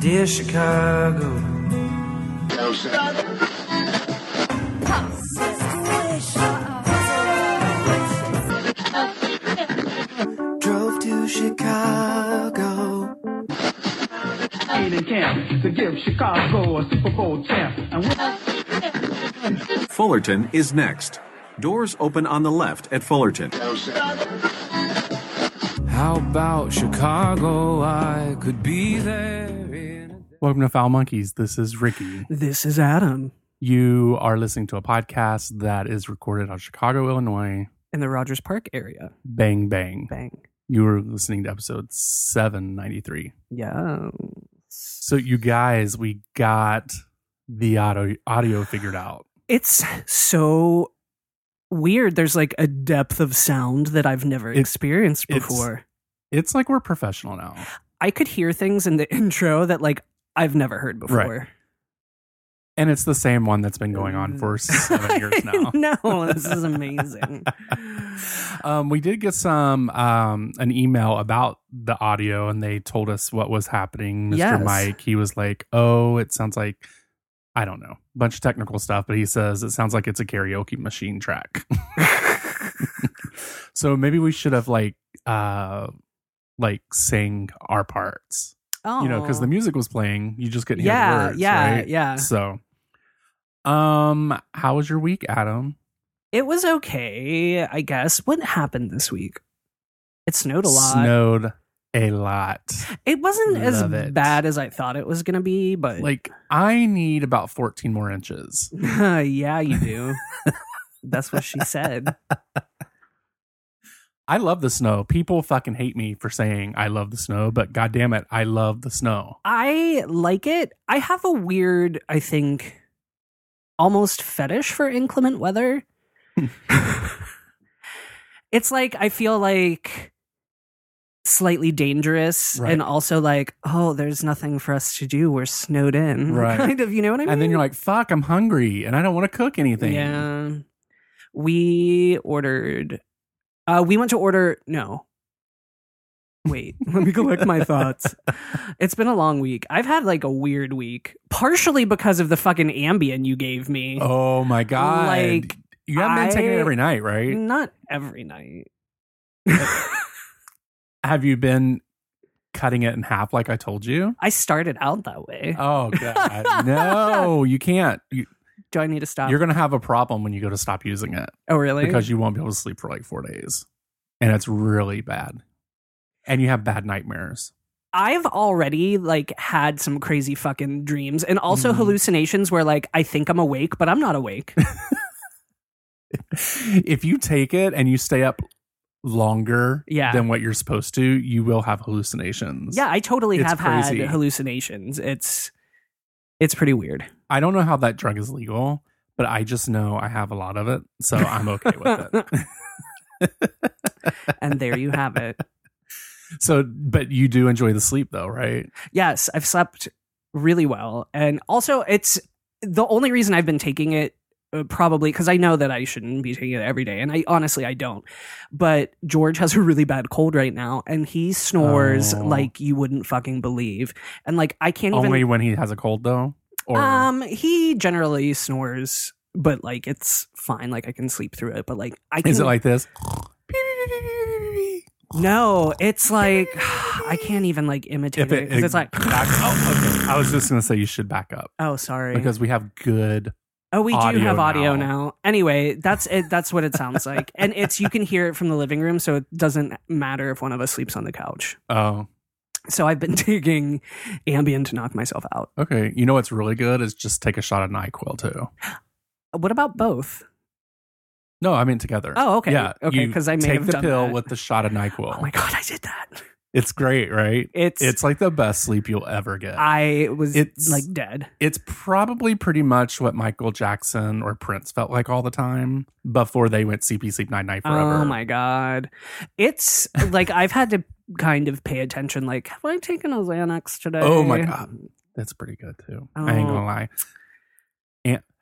Dear Chicago. Drove to Chicago. ain't in camp to give Chicago a Super Bowl champ. And we Fullerton is next. Doors open on the left at Fullerton. How about Chicago? I could be there in a Welcome to Foul Monkeys. This is Ricky. This is Adam You are listening to a podcast that is recorded out of Chicago, Illinois. in the Rogers Park area. Bang, bang. Bang. You were listening to episode 793. Yeah. So, you guys, we got the audio, audio figured out. It's so weird. There's like a depth of sound that I've never It- experienced it's- before. It's like we're professional now. I could hear things in the intro that like I've never heard before. And it's the same one that's been going on for seven years now. no, this is amazing. um, we did get some um, an email about the audio, and they told us what was happening. Mr. Yes. Mike, he was like, "Oh, it sounds like I don't know, a bunch of technical stuff," but he says it sounds like it's a karaoke machine track. so maybe we should have like uh like sang our parts, oh. you know, because the music was playing, you just couldn't hear Yeah, the words, yeah, right? yeah. So, um, how was your week, Adam? It was okay, I guess. What happened this week? It snowed a lot. Snowed a lot. It wasn't as Love it. bad as I thought it was going to be, but Like I need about 14 more inches. yeah, you do. That's what she said. I love the snow. People fucking hate me for saying I love the snow, but goddamn it, I love the snow. I like it. I have a weird, I think, almost fetish for inclement weather. it's like I feel like slightly dangerous Right. and also like, oh, there's nothing for us to do. We're snowed in. Right. Kind of, you know what I mean? And then you're like, "Fuck, I'm hungry and I don't want to cook anything." Yeah. We ordered uh we went to order no. Wait, let me collect my thoughts. It's been a long week. I've had like a weird week, partially because of the fucking Ambien you gave me. Oh my god. Like, you haven't been taking it I- Mm. every night, right? Not every night. Have you been cutting it in half like I told you? I started out that way. Oh god. no, you can't. You, Do I need to stop? you're going to have a problem when you go to stop using it. oh, really? because you won't be able to sleep for like four days, and it's really bad, and you have bad nightmares. I've already like had some crazy fucking dreams and also Mhm. hallucinations where like I think I'm awake, but I'm not awake. if you take it and you stay up longer Yeah. than what you're supposed to, you will have hallucinations. Yeah, I totally It's have crazy. had hallucinations. It's it's pretty weird. I don't know how that drug is legal, but I just know I have a lot of it, so I'm okay with it. And there you have it. So, but you do enjoy the sleep though, right? Yes, I've slept really well. And also it's the only reason I've been taking it uh, probably cuz I know that I shouldn't be taking it every day and I honestly I don't. But George has a really bad cold right now and he snores Oh. like you wouldn't fucking believe. And like I can't Only even when he has a cold though, or um he generally snores but like it's fine like I can sleep through it but like I can is it like this? No, it's like I can't even like imitate If it it, because it's like back, oh, okay. I was just gonna say you should back up oh sorry because we have good oh we do audio have audio now. now. Anyway, that's it. That's what it sounds like, and it's you can hear it from the living room, so it doesn't matter if one of us sleeps on the couch. Oh, So I've been taking Ambien to knock myself out. okay. You know what's really good is just take a shot of NyQuil too. What about both? No, I mean together. Oh, okay. Yeah. Okay, you 'cause I may take have the done pill that. with the shot of NyQuil. Oh my god, I did that. It's great, right? It's It's like the best sleep you'll ever get. I was it's- like dead. it's probably pretty much what Michael Jackson or Prince felt like all the time before they went CP Sleep Night Night Forever. Oh my god, it's like I've had to kind of pay attention. Like, have I taken a Xanax today? Oh my god. That's pretty good too. I ain't Oh. gonna lie.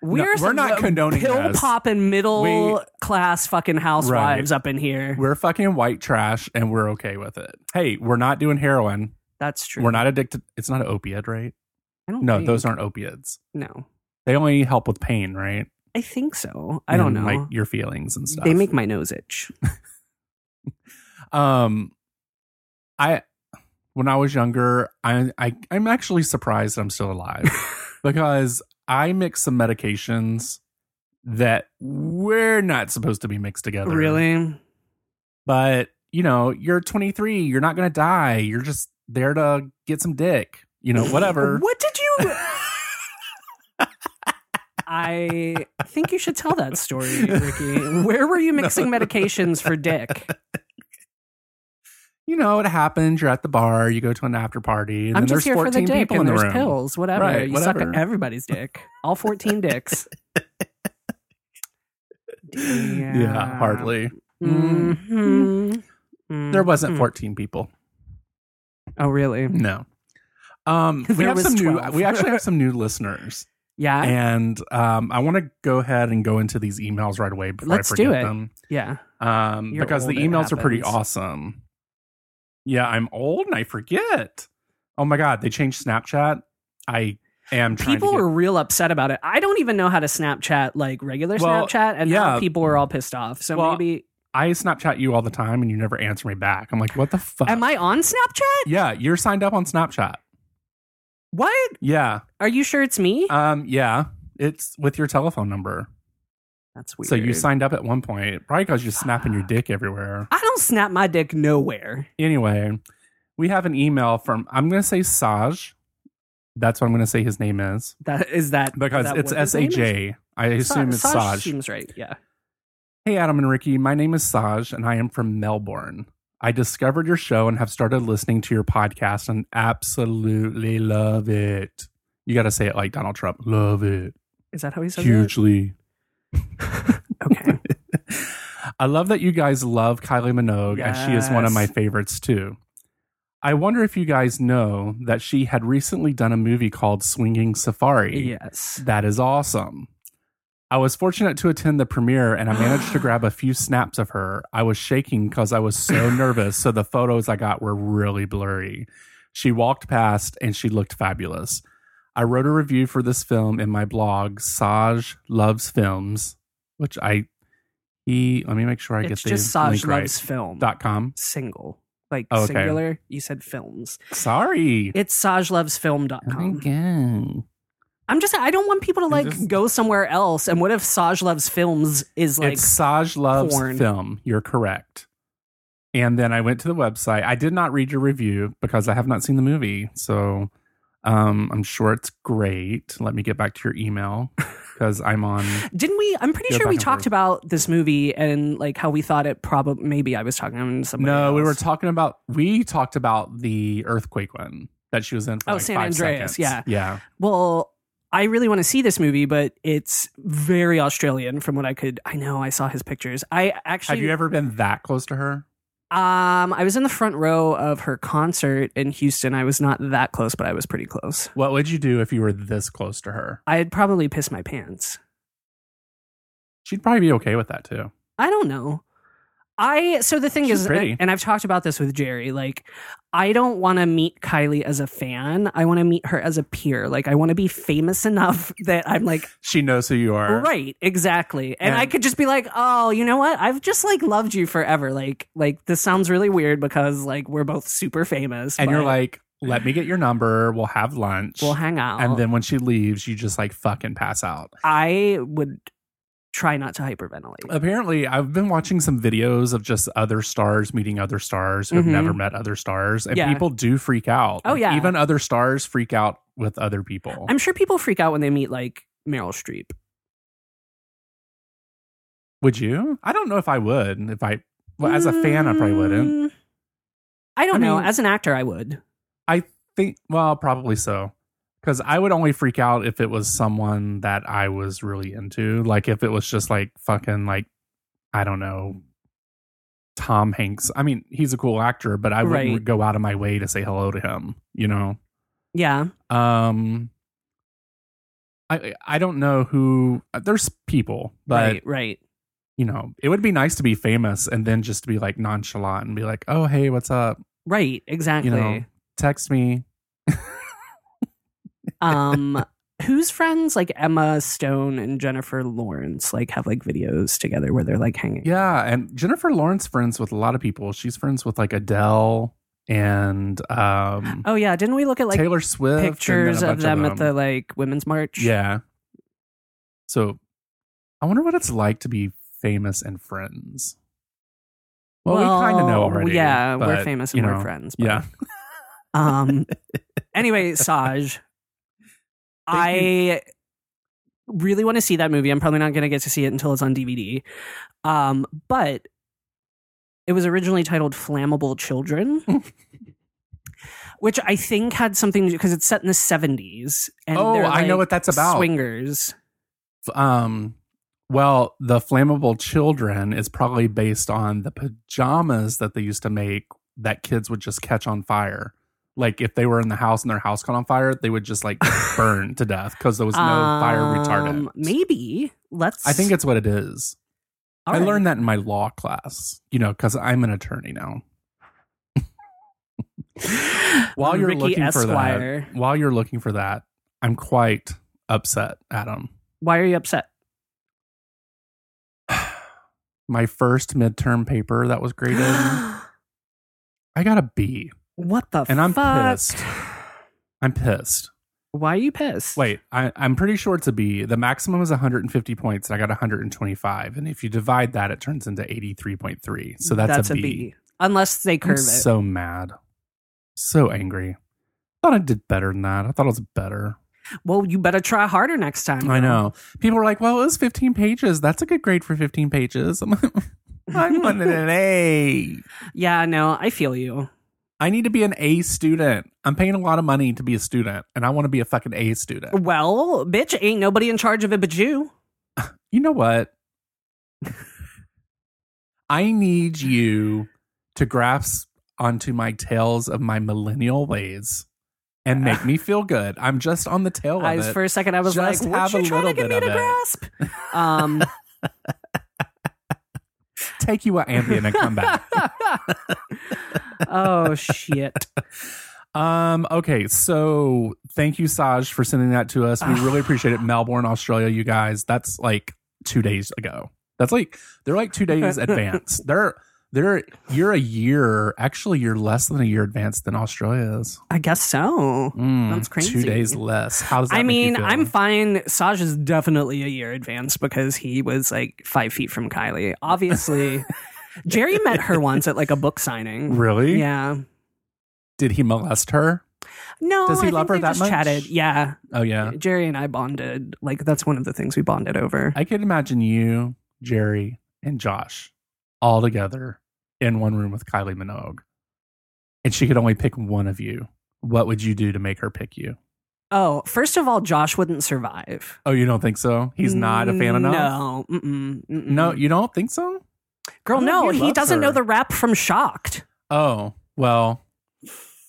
We're, No, we're not some condoning pill this. popping middle We- class fucking housewives up in here. We're fucking white trash and we're okay with it. Hey, we're not doing heroin. That's true. We're not addicted. It's not an opiate, right? I don't No, think. those aren't opiates. No, They only help with pain, right? I think so. I don't And, know. Like your feelings and stuff. They make my nose itch. Um, I when I was younger, I, I I'm actually surprised I'm still alive because I mix some medications that we're not supposed to be mixed together. really? but you know, you're 23. You're not gonna die. You're just there to get some dick. You know, whatever. What did you? I think you should tell that story, Ricky. Where were you mixing medications for dick? You know, it happens. You're at the bar. You go to an after party. And I'm then there's just here for 14 the dick people and in the there's room. pills, whatever. Right, you suck whatever. at everybody's dick. All 14 dicks. Yeah, hardly. hmm There wasn't 14 people. Oh, really? No. Um, we There have was some new. 12. We actually have some new listeners, Yeah. and um, I want to go ahead and go into these emails right away before Let's I do forget it. them, yeah. um, You're because the old, it emails are pretty happens. awesome. Yeah, I'm old and I forget. Oh my god, they changed Snapchat. I am trying People to get- were real upset about it. I don't even know how to Snapchat like regular Well, Snapchat, and now yeah. people are all pissed off. So Well, maybe I Snapchat you all the time and you never answer me back. I'm like, what the fuck? am I on Snapchat? yeah, you're signed up on Snapchat. What? Yeah, Are you sure it's me? um, yeah, it's with your telephone number. That's weird. So you signed up at one point, probably because you're snapping your dick everywhere. I don't snap my dick nowhere. Anyway, we have an email from I'm going to say Saj. That's what I'm going to say his name is That is that because is that it's what S his name A is? J. I assume it's Saj Saj. Seems right. Yeah. Hey, Adam and Ricky, my name is Saj, and I am from Melbourne. I discovered your show and have started listening to your podcast and absolutely love it. You got to say it like Donald Trump. Love it. Is that how he says Hugely. it? Okay. I love that you guys love Kylie Minogue, and she is one of Yes. my favorites too. I wonder if you guys know that she had recently done a movie called Swinging Safari. yes. That is awesome. I was fortunate to attend the premiere and I managed to grab a few snaps of her. I was shaking because I was so nervous, so the photos I got were really blurry. She walked past and she looked fabulous. I wrote a review for this film in my blog, Saj Loves Films, which I he let me make sure I it's get just this Saj link loves right. film. Dot com. Single. Like Oh, okay. singular. You said films. Sorry. It's sajlovesfilm.com. Oh, I'm just I don't want people to like just- go somewhere else. And what if Saj Loves Films is like it's Saj loves porn. film. You're correct. And then I went to the website. I did not read your review because I have not seen the movie. So um, I'm sure it's great. Let me get back to your email because I'm on. didn't we I'm pretty Go sure back we and talked forth. about this movie and like how we thought it probably maybe I was talking to somebody. no, we were else. talking about. We talked about the earthquake one that she was in for Oh, like San five Andreas, seconds. yeah. Yeah. Well, I really want to see this movie, but it's very Australian from what I could I know I saw his pictures. I actually have you ever been that close to her? Um, I was in the front row of her concert in Houston. I was not that close, but I was pretty close. What would you do if you were this close to her? I'd probably piss my pants. She'd probably be okay with that too. I don't know. I so the thing She's is, pretty. and I've talked about this with Jerry. Like, I don't want to meet Kylie as a fan. I want to meet her as a peer. Like, I want to be famous enough that I'm like, She knows who you are. right, exactly. And, And- I could just be like, oh, you know what? I've just like loved you forever. Like, like this sounds really weird because like we're both super famous, And you're but like, let me get your number. We'll have lunch. we'll hang out. and then when she leaves, you just like fucking pass out. I would try not to hyperventilate. Apparently, I've been watching some videos of just other stars meeting other stars who Mhm. have never met other stars, and Yeah. people do freak out. Oh, Like, yeah. even other stars freak out with other people. I'm sure people freak out when they meet like Meryl Streep. would you? I don't know if I would. If I, well, as a fan, I probably wouldn't. Mm, I don't I know. mean- As an actor, I would. I think, well, probably so. Because I would only freak out if it was someone that I was really into. Like if it was just like fucking like, I don't know, Tom Hanks. I mean, he's a cool actor, but I wouldn't Right. go out of my way to say hello to him. You know. Yeah. Um. I I don't know who. uh, There's people, but right. Right. you know, it would be nice to be famous and then just to be like nonchalant and be like, oh hey, what's up? Right. Exactly. You know, Text me. Um, whose friends like Emma Stone and Jennifer Lawrence like have like videos together where they're like hanging? Yeah, and Jennifer Lawrence friends with a lot of people. She's friends with like Adele and um Oh yeah, didn't we look at like Taylor Swift. and then a pictures bunch of them, at the like women's march? Yeah. So I wonder what it's like to be famous and friends. Well, we kind of know Well, already. Yeah, but, we're famous and you we're know, friends. but- Yeah. Um. anyway, Saj, Thank I really want to see that movie. I'm probably not going to get to see it until it's on DVD. Um, but it was originally titled Flammable Children. Which I think had something because it's set in the seventies. Oh, I know what that's about. Swingers. Um, well, the flammable children is probably based on the pajamas that they used to make that kids would just catch on fire. Like if they were in the house and their house caught on fire, they would just like burn to death because there was no fire retardant. Um, Maybe let's. I think it's what it is. I learned that in my law class, you know, because I'm an attorney now. that While you're Ricky looking Esquire. for that, while you're looking for that, I'm quite upset, Adam. Why are you upset? My first midterm paper that was graded, I got a B. what the? And I'm fuck? pissed. I'm pissed. Why are you pissed? Wait, I, I'm pretty sure it's a B. The maximum is 150 points, and I got 125. And if you divide that, it turns into 83.3. So that's, a B. Unless they I'm curve it. so mad, so angry. Thought I did better than that. I thought it was better. well, you better try harder next time. I know. People were like, "Well, it was 15 pages. That's a good grade for 15 pages." I'm like, I'm on an A. Yeah, no, I feel you. I need to be an A student. I'm paying a lot of money to be a student, and I want to be a fucking A student. Well, bitch, ain't nobody in charge of it but you. you know what? I need you to grasp onto my tails of my millennial ways and make me feel good. I'm just on the tail of I, it. for a second, I was Just like, "What have you a trying to little get bit me of to it. grasp?" Um, Take you an Ambien and come back. oh shit! um. Okay. So thank you, Saj, for sending that to us. We really appreciate it. Melbourne, Australia, you guys. That's like two days ago. That's like they're like two days advanced. They're they're you're a year actually you're less than a year advanced than Australia is. I guess so. Mm, That's crazy. Two days less. How does that I make you mean, feel? I'm fine. Saj is definitely a year advanced because he was like five feet from Kylie. Obviously, Jerry met her once at like a book signing. really. Yeah. Did he molest her? No, Does he I love think her they that just much? Chatted. Yeah, Oh yeah. Jerry and I bonded. Like that's one of the things we bonded over. I could imagine you, Jerry, and Josh all together in one room with Kylie Minogue, and she could only pick one of you. What would you do to make her pick you? oh, first of all, Josh wouldn't survive. Oh, you don't think so? He's not a fan Mm, no. enough. No, mm-mm, mm-mm. No, you don't think so? girl, I don't no. think he He loves doesn't know her. the rap from Shocked. Oh well,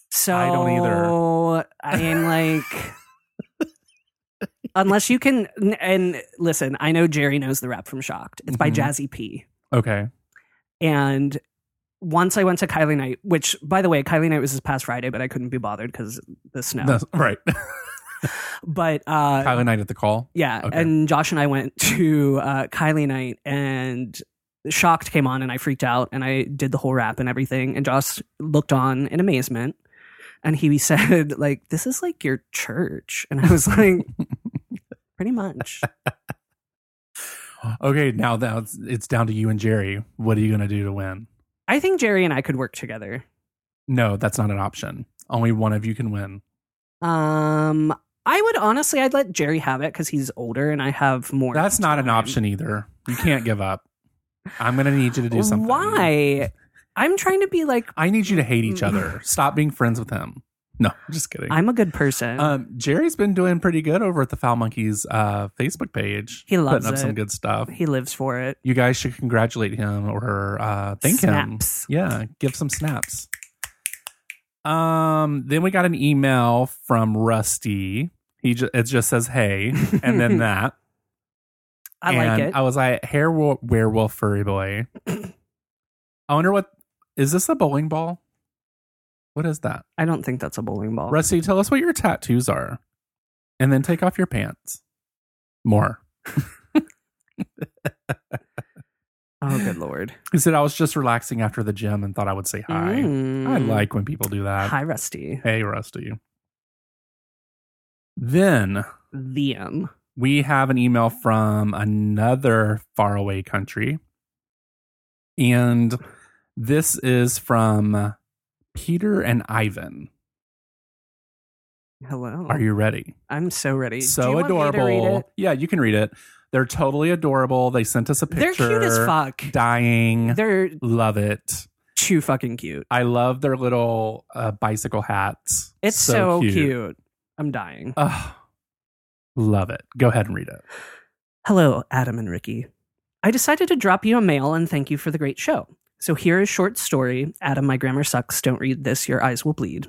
So I don't either. I am like, unless you can. And listen, I know Jerry knows the rap from Shocked. It's by Mhm. Jazzy P. okay. And once I went to Kylie Night, which by the way, Kylie Night was this past Friday, but I couldn't be bothered because the snow. That's, right. But uh, Kylie Knight at the call. Yeah, Okay. and Josh and I went to uh, Kylie night, and Shocked came on, and I freaked out, and I did the whole rap and everything, and Josh looked on in amazement, and he said, "Like this is like your church," and I was like, "Pretty much." Okay, now that's it's down to you and Jerry. What are you gonna do to win? I think Jerry and I could work together. No, that's not an option. Only one of you can win. Um, I would honestly, I'd let Jerry have it because he's older, and I have more. That's not an time. option either. You can't give up. I'm going to need you to do something. Why? I'm trying to be like I need you to hate Mm. each other. Stop being friends with him. No, just kidding. I'm a good person. um, Jerry's been doing pretty good over at the Foul Monkeys uh, Facebook page. He loves putting up it. some good stuff. he lives for it. You guys should congratulate him or uh, thank him. Snaps. Yeah, give some snaps. Um, then we got an email from Rusty. He ju- it just says hey, and then that. I like and it. I was like, hair wo- werewolf furry boy. I wonder what is this a bowling ball? What is that? I don't think that's a bowling ball. Oh. Rusty, tell us what your tattoos are. And then take off your pants. More. oh, good lord. He said, I was just relaxing after the gym and thought I would say hi. Mm. I like when people do that. Hi, Rusty. Hey, Rusty. Then The um. we have an email from another faraway country. And this is from Peter and Ivan. Hello. Are you ready? I'm so ready. Hmm. Do you So want me to read adorable. it? Yeah, you can read it. They're totally adorable. They sent us a They're picture. cute as fuck. Dying. They're Love it. too fucking cute. I love their little uh, bicycle hats. It's so, cute. I'm dying. Ugh. love it. Go ahead and read it. Hello, Adam and Ricky. I decided to drop you a mail and thank you for the great show. So here is short story. Adam, my grammar sucks. Don't read this. Your eyes will bleed.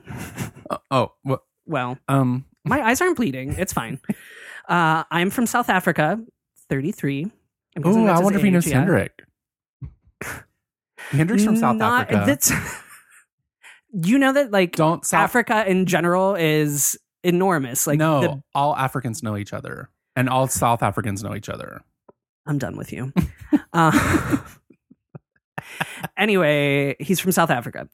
Uh, oh, well, Well, um, my eyes aren't bleeding. It's fine. Uh, I'm from South Africa, 33. I'm guessing ooh, that's I his wonder if he age, knows yeah. Hendrik. Hendrik's from South Not- Africa. That's, you know that like Don't South Africa in general is enormous. Like no, the- all Africans know each other, and all South Africans know each other. I'm done with you. uh, anyway, he's from South Africa.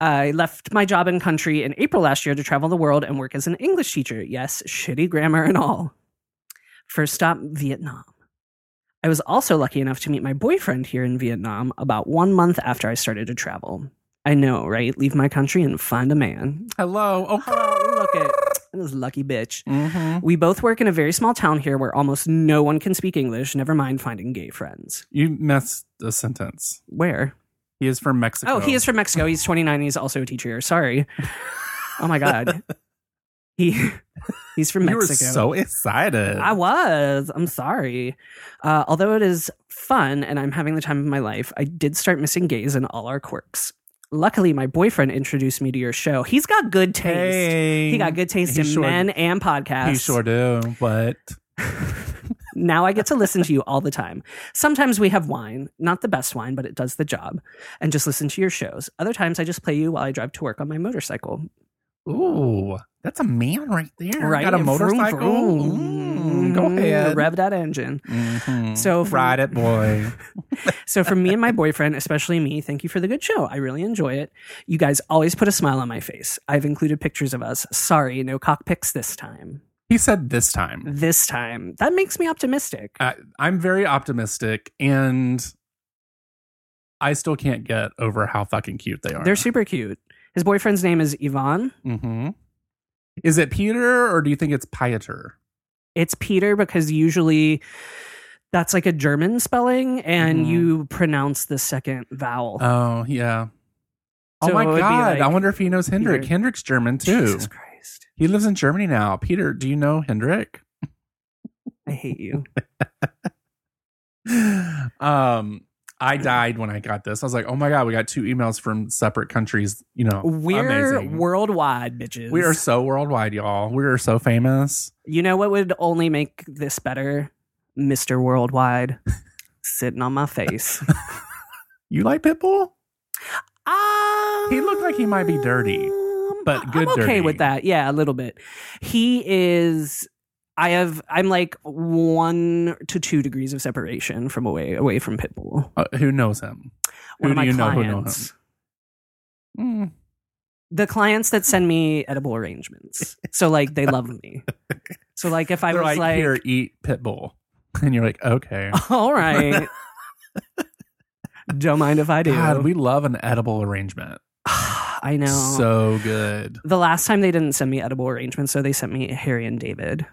I left my job in country in April last year to travel the world and work as an English teacher. Yes, shitty grammar and all. First stop, Vietnam. I was also lucky enough to meet my boyfriend here in Vietnam about one month after I started to travel. I know, right? Leave my country and find a man. Hello. Oh, Oh, look at this lucky bitch. Mhm. We both work in a very small town here where almost no one can speak English, never mind finding gay friends. You missed a sentence. Where? He is from Mexico. Oh, he is from Mexico. He's 29. He's also a teacher. here. Sorry. Oh my God. he he's from You were Mexico. so excited. I was. I'm sorry. Uh, although it is fun and I'm having the time of my life, I did start missing gays and all our quirks. Luckily, my boyfriend introduced me to your show. He's got good taste. Hey. He got good taste He in sure- men and podcasts. He sure do. But Now I get to listen to you all the time. Sometimes we have wine, not the best wine, but it does the job, and just listen to your shows. Other times I just play you while I drive to work on my motorcycle. ooh, that's a man right there. Right? Got a Vroom, motorcycle. vroom. Mm-hmm. Mm, go Mhm. ahead. Rev that engine. Mhm. So from- ride it, boy. So, for me and my boyfriend, especially me, thank you for the good show. I really enjoy it. You guys always put a smile on my face. I've included pictures of us. Sorry, no cock pics this time. he said this time. This time. That makes me optimistic. I, I'm very optimistic, and I still can't get over how fucking cute they are. They're super cute. His boyfriend's name is Yvonne. hmm Is it Peter, or do you think it's Pieter? it's Peter because usually that's like a German spelling and Mhm. you pronounce the second vowel. Oh yeah. So oh my it would be god! like- I wonder if he knows Hendrik. Peter. Hendrik's German too. Jesus Christ. He lives in Germany now. Peter, do you know Hendrik? I hate you. um, I died when I got this. I was like, oh my god, we got two emails from separate countries. You know, We're amazing. worldwide, bitches. we are so worldwide, y'all. We are so famous. You know what would only make this better? Mr. Worldwide sitting on my face. You like Pitbull? Um, He looked like he might be dirty, but I- good Um, I'm okay dirty. with that. Yeah, a little bit. He is. I have. I'm like one to two degrees of separation from away away from Pitbull. Uh, who knows him? who One of my do you know? Who know him? clients, Mm. the clients that send me edible arrangements. So like they love me. So like if I They're was like, like, here, eat Pitbull, and you're like, okay. all right, don't mind if I do. God, we love an edible arrangement. I know. So good. the last time they didn't send me edible arrangements, so they sent me Harry and David.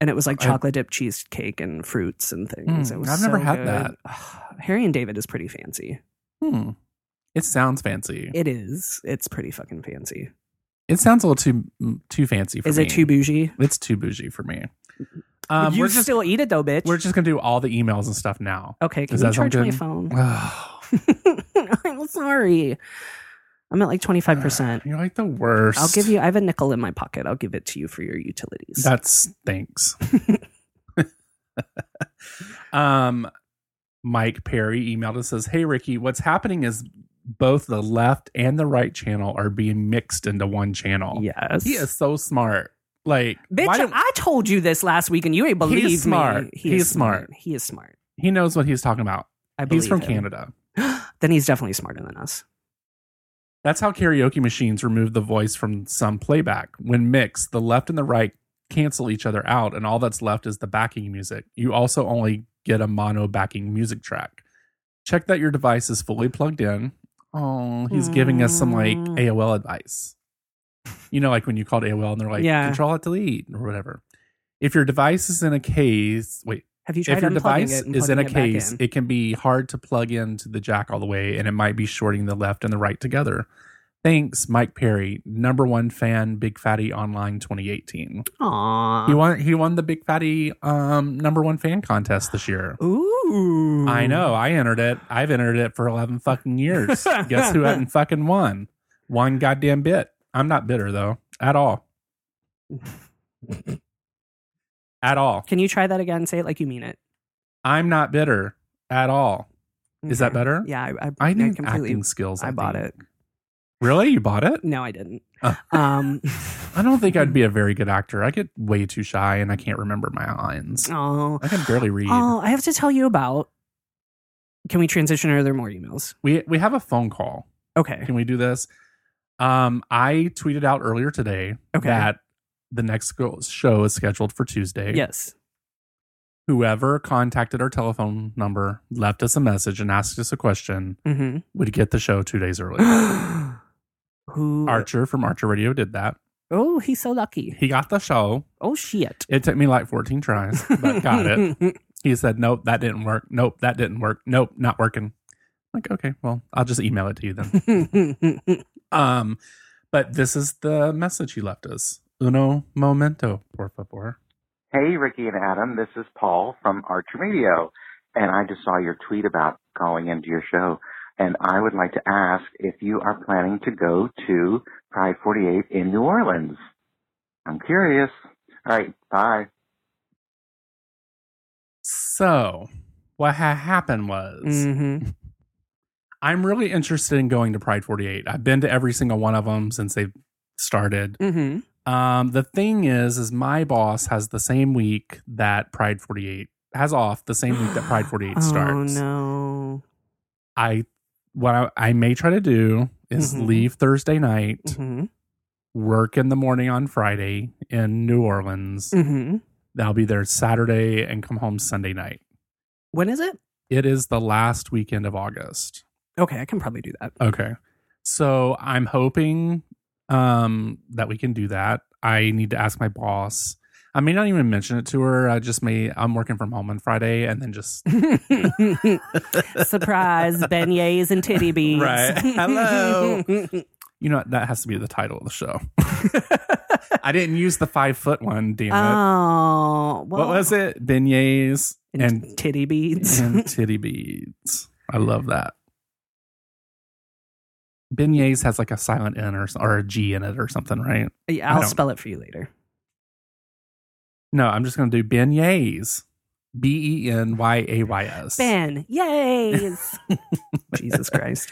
And it was like I- chocolate dipped cheesecake and fruits and things. Mm, It was I've never so had good. Harry and David is pretty fancy. Hmm. It sounds fancy. It, It is. It's pretty fucking fancy. sounds a little too too fancy for is me. it too bougie? It's too bougie for me. Um, you we're just still eat it though, bitch. we're just gonna do all the emails and stuff now. okay, can Does you that sound charge my good? phone? Ugh, I'm sorry. I'm at like 25%. You're like the worst. I'll give you, I have a nickel in my pocket. I'll give it to you for your utilities. That's thanks. um, Mike Perry emailed us says, "Hey Ricky, what's happening is both the left and the right channel are being mixed into one channel. Yes. He is so smart. Like, Bitch, why don't- I told you this last week and you ain't believe me. smart. is He's smart. He is smart. he knows what he's talking about. I believe He's from him. Canada. Then he's definitely smarter than us. That's how karaoke machines remove the voice from some playback. When mixed, the left and the right cancel each other out, and all that's left is the backing music. You also only get a mono backing music track. Check that your device is fully plugged in. Oh, he's giving us some like Mm. AOL advice. You know, like when you called AOL and they're like, Yeah. control it, delete, or whatever. If your device is in a case, wait, Have you tried if your unplugging device it and is in a plugging it back case, in? it can be hard to plug into the jack all the way, and it might be shorting the left and the right together. Thanks, Mike Perry, number one fan, Big Fatty Online 2018. Aw. He won. He won the Big Fatty um, number one fan contest this year. Ooh. I know. I entered it. I've entered it for eleven fucking years. Guess who hadn't fucking won? One goddamn bit. I'm not bitter though at all. at all. Can you try that again? Say it like you mean it. I'm not bitter at all. Is that Okay. better? Yeah, I, I, I need completely. acting skills. I, bought think. it. Really? You bought it? No, I didn't. Oh. Um, I don't think I'd be a very good actor. I get way too shy and I can't remember my lines. oh, I can barely read. oh, I have to tell you about. Can we transition? Or are there more emails? We we have a phone call. Okay. Can we do this? Um, I tweeted out earlier today Okay. that the next go- show is scheduled for Tuesday. Yes. Whoever contacted our telephone number, left us a message, and asked us a question Mm-hmm. would get the show two days early. Who? Archer from Archer Radio did that. Oh, he's so lucky. He got the show. Oh shit. It took me like 14 tries, but got it. he said, "Nope, that didn't work. Nope, that didn't work. Nope, not working." I'm like, okay, well, I'll just email it to you then. um, but this is the message he left us. Uno momento, por favor. Hey, Ricky and Adam, this is Paul from Archer Radio, and I just saw your tweet about calling into your show, and I would like to ask if you are planning to go to Pride 48 in New Orleans. I'm curious. All right, bye. So, what ha- happened was, hmm I'm really interested in going to Pride 48. I've been to every single one of them since they started. hmm Um, the thing is, is my boss has the same week that Pride 48 has off, the same week that Pride 48 starts. Oh no. I what I, I may try to do is Mhm. leave Thursday night, hmm work in the morning on Friday in New Orleans. hmm I'll be there Saturday and come home Sunday night. When is it? It is the last weekend of August. Okay, I can probably do that. Okay. So I'm hoping um that we can do that. I need to ask my boss. I may not even mention it to her. I just may I'm working from home on Friday and then just Surprise, beignets and titty beads. Right. Hello. you know that has to be the title of the show. I didn't use the five foot one, damn it. oh, well, what was it? Beignets And, and Mm-hmm. titty beads. and titty beads. I love that. Beignets has like a silent N or, or a G in it or something, right? Yeah, I I'll don't- spell it for you later. No, I'm just going to do beignets. B E N Y A Y S. Ben, yays. Jesus Christ.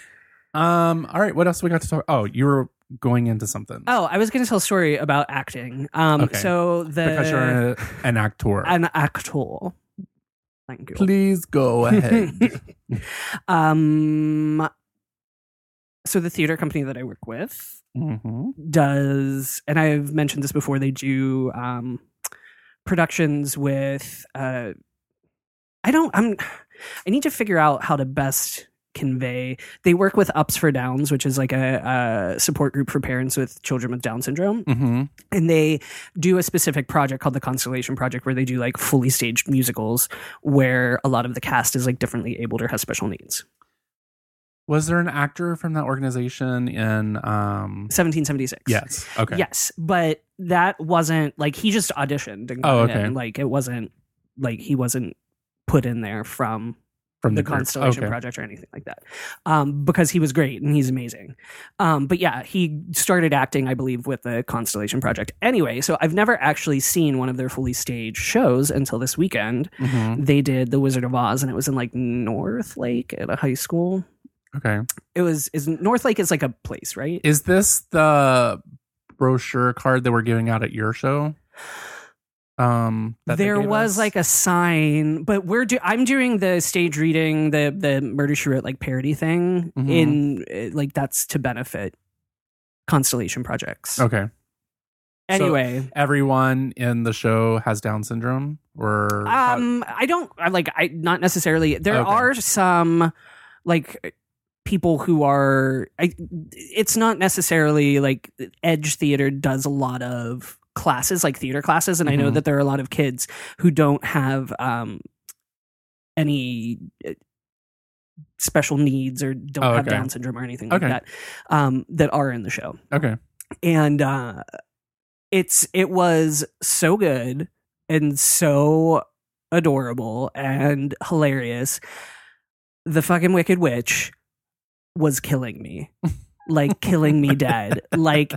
Um. All right. What else we got to talk? Oh, you were going into something. Oh, I was going to tell a story about acting. Um, Okay. So the because you're a, uh, an actor. an actor. Thank you. Please go ahead. Um, so the theater company that I work with Mhm. does, and I've mentioned this before, they do um, productions with. Uh, I don't. I'm. I need to figure out how to best convey. They work with Ups for Downs, which is like a, a support group for parents with children with Down syndrome, Mhm. and they do a specific project called the Constellation Project, where they do like fully staged musicals, where a lot of the cast is like differently abled or has special needs. Was there an actor from that organization in? Um. 1776. Yes. Okay. Yes, but that wasn't like he just auditioned and Oh, got in. okay. like it wasn't like he wasn't put in there from From the, group. Constellation Okay. Project or anything like that. Um, because he was great and he's amazing. Um, but yeah, he started acting, I believe, with the Constellation Project. Anyway, so I've never actually seen one of their fully staged shows until this weekend. Mhm. They did The Wizard of Oz and it was in like North Lake at a high school. Okay. It was is North Lake is like a place, right? Is this the brochure card that we're giving out at your show? Um, that they there gave was us? like a sign, but we're do I'm doing the stage reading, the the murder she wrote like parody thing Mhm. in in uh, like that's to benefit constellation projects. okay. So- Anyway, Everyone in the show has Down syndrome, or how- um i don't I like i not necessarily there Okay. are some like people who are I, it's not necessarily like edge theater does a lot of classes like theater classes and i know Mhm. that there are a lot of kids who don't have um any uh, special needs or don't Oh, have okay. down syndrome or anything Okay. like that um that are in the show okay. and uh it's it was so good and so adorable and hilarious the fucking wicked witch was killing me like killing me dead like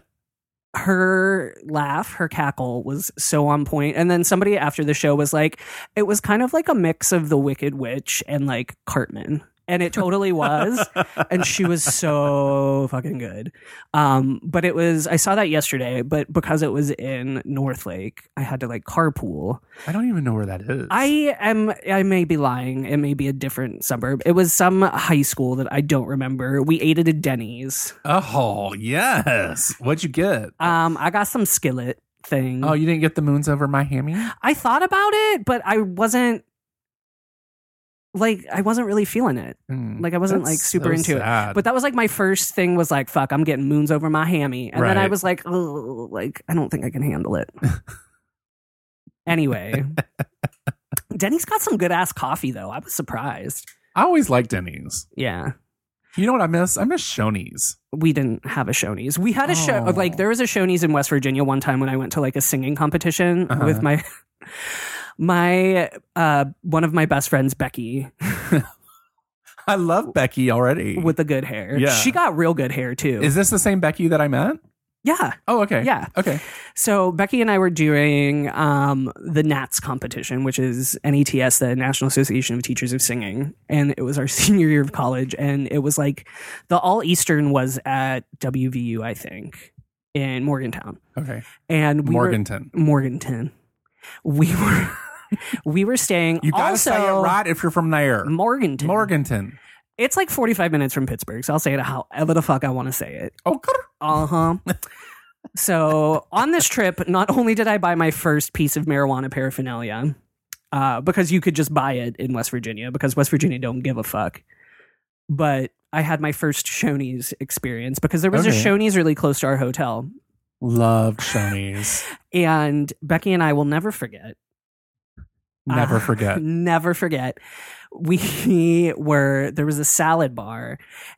her laugh her cackle was so on point and then somebody after the show was like it was kind of like a mix of the wicked witch and like cartman and it totally was and she was so fucking good. Um, but it was I saw that yesterday, but because it was in Northlake, I had to like carpool. I don't even know where that is. I am I may be lying. It may be a different suburb. It was some high school that I don't remember. We ate at a Denny's. oh yes. What'd you get? Um, I got some skillet thing. oh, you didn't get the moons over my hammy. I thought about it, but I wasn't like I wasn't really feeling it. Hmm. Like, I wasn't, That's like, super so into it, sad. But that was like my first thing was like, fuck, I'm getting moons over my hammy. And then I Right. was like, oh, like, I don't think I can handle it. anyway, Denny's got some good ass coffee though. I was surprised. I always liked Denny's. Yeah. You know what I miss? I miss Shoney's. We didn't have a Shoney's. We had a show, Oh. like, there was a Shoney's in West Virginia one time when I went to like a singing competition Uh-huh. with my. My uh one of my best friends, Becky, I love Becky already. with the good hair. Yeah. She got real good hair too. is this the same Becky that I met? yeah. Oh, okay. Yeah. Okay. So Becky and I were doing um, the NATS competition, which is NETS, the National Association of Teachers of Singing, and it was our senior year of college, and it was like the All Eastern was at WVU, I think, in Morgantown, Okay. and we Morganton. were, Morganton, we were we were staying. You gotta also, say it right if you're from there. Morganton. Morganton. It's like forty five minutes from Pittsburgh, so I'll say it however the fuck I want to say it. Oh, grr. Uh huh. so on this trip, not only did I buy my first piece of marijuana paraphernalia, uh, because you could just buy it in West Virginia because West Virginia don't give a fuck, but I had my first Shoney's experience because there was a Okay. Shoney's really close to our hotel, loved Shoney's. and Becky and I will never forget. Never Ah, forget. Never forget. We were there was a salad bar,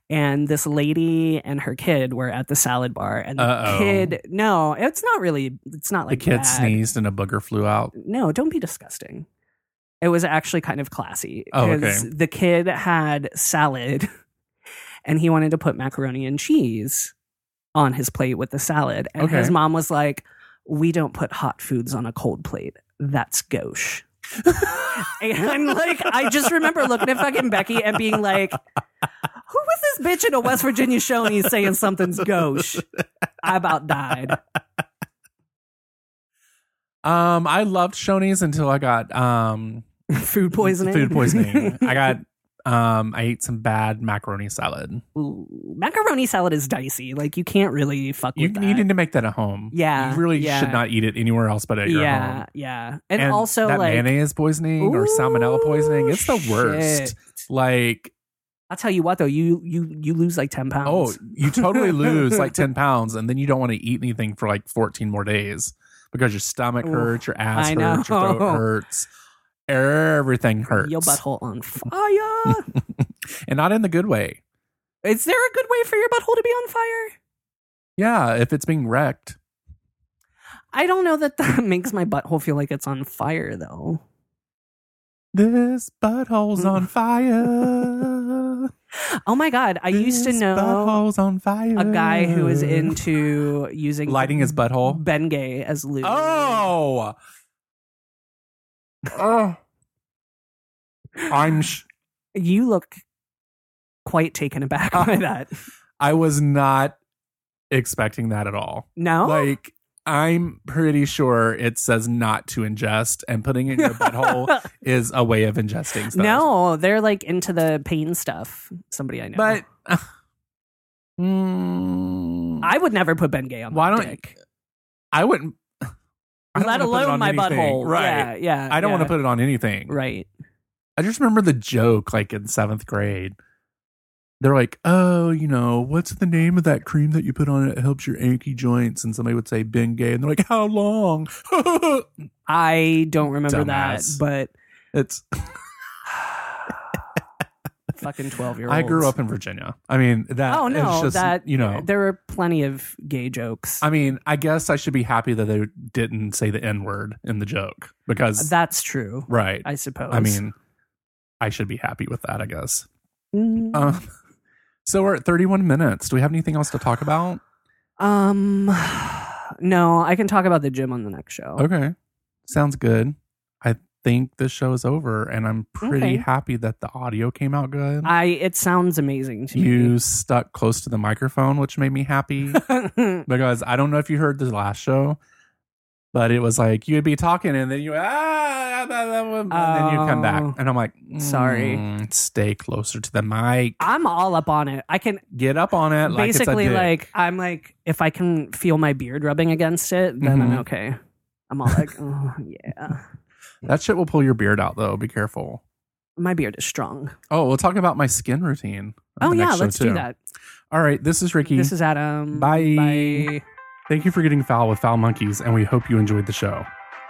and this lady and her kid were at the salad bar, and the Uh-oh. kid. No, it's not really. It's not The like kid bad. sneezed and a booger flew out. No, don't be disgusting. It was actually kind of classy Oh, okay. the kid had salad, and he wanted to put macaroni and cheese on his plate with the salad, and Okay. his mom was like, "We don't put hot foods on a cold plate. That's gauche." And like, I just remember looking at fucking Becky and being like, who was this bitch in a West Virginia Shoney saying something's gauche? I about died. Um, I loved Shoney's until I got um Food poisoning. food poisoning. I got um I ate some bad macaroni salad. Ooh, macaroni salad is dicey. Like, you can't really fuck You with that. needed to make that at home. Yeah, You really yeah. should not eat it anywhere else but at your yeah, home. yeah. And, also, that like, mayonnaise poisoning or salmonella poisoning, Ooh, it's the worst. shit. Like I'll tell you what, though, you you you lose like ten pounds. Oh, you totally lose like 10 pounds and then you don't want to eat anything for like 14 more days because your stomach Oof, hurts, your ass I hurts, your throat know. hurts. Everything hurts. Oh, your butthole on fire. And not in the good way. is there a good way for your butthole to be on fire? Yeah, if it's being wrecked. I don't know that that makes my butthole feel like it's on fire, though. This butthole's on fire. Oh my god, I used to This know butthole's on fire. a guy who was into using lighting his butthole. Bengay as lube. Oh. oh. I'm sh- you look quite taken aback by that. I was not expecting that at all. No, Like, I'm pretty sure it says not to ingest, and putting it in your butthole is a way of ingesting stuff. no, they're like into the pain stuff. Somebody I know, But. Mm, I would never put Ben Gay on. Why my don't- dick. I wouldn't. I don't Let wanna put it alone on my anything. butthole. Right. Yeah, yeah. I don't want yeah. to put it on anything. right. I just remember the joke, like in seventh grade. They're like, oh, you know, what's the name of that cream that you put on it? It helps your achy joints. And somebody would say Bengay. And they're like, how long? I don't remember that, Dumbass. but it's. fucking twelve year olds. I grew up in Virginia. I mean, that. Oh it's no, just, that you know. there are plenty of gay jokes. I mean, I guess I should be happy that they didn't say the N word in the joke because, Uh, That's true, right. I suppose. I mean, I should be happy with that, I guess. Mm, Um, so we're at 31 minutes. Do we have anything else to talk about? uh, um, no, I can talk about the gym on the next show. Okay. Sounds good. I think this show is over, and I'm pretty Okay. happy that the audio came out good. I it sounds amazing to you stuck close to the microphone, which made me happy me. because I don't know if you heard the last show, but it was like you'd be talking and then you ah, ah, ah, ah, and then you come Oh. back, and I'm like, Sorry. mm, stay closer to the mic, I'm all up on it. I can get up on it, like basically it's a dick. like I'm like if I can feel my beard rubbing against it, then I'm Mhm. okay. I'm all like, oh, yeah, that shit will pull your beard out though. Be careful. my beard is strong. Oh, we'll talk about my skin routine. on oh the yeah, next show, let's too. do that. All right, this is Ricky. This is Adam. Bye. Bye. Thank you for getting foul with Foul Monkeys, and we hope you enjoyed the show.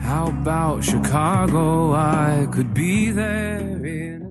How about Chicago? I could be there in a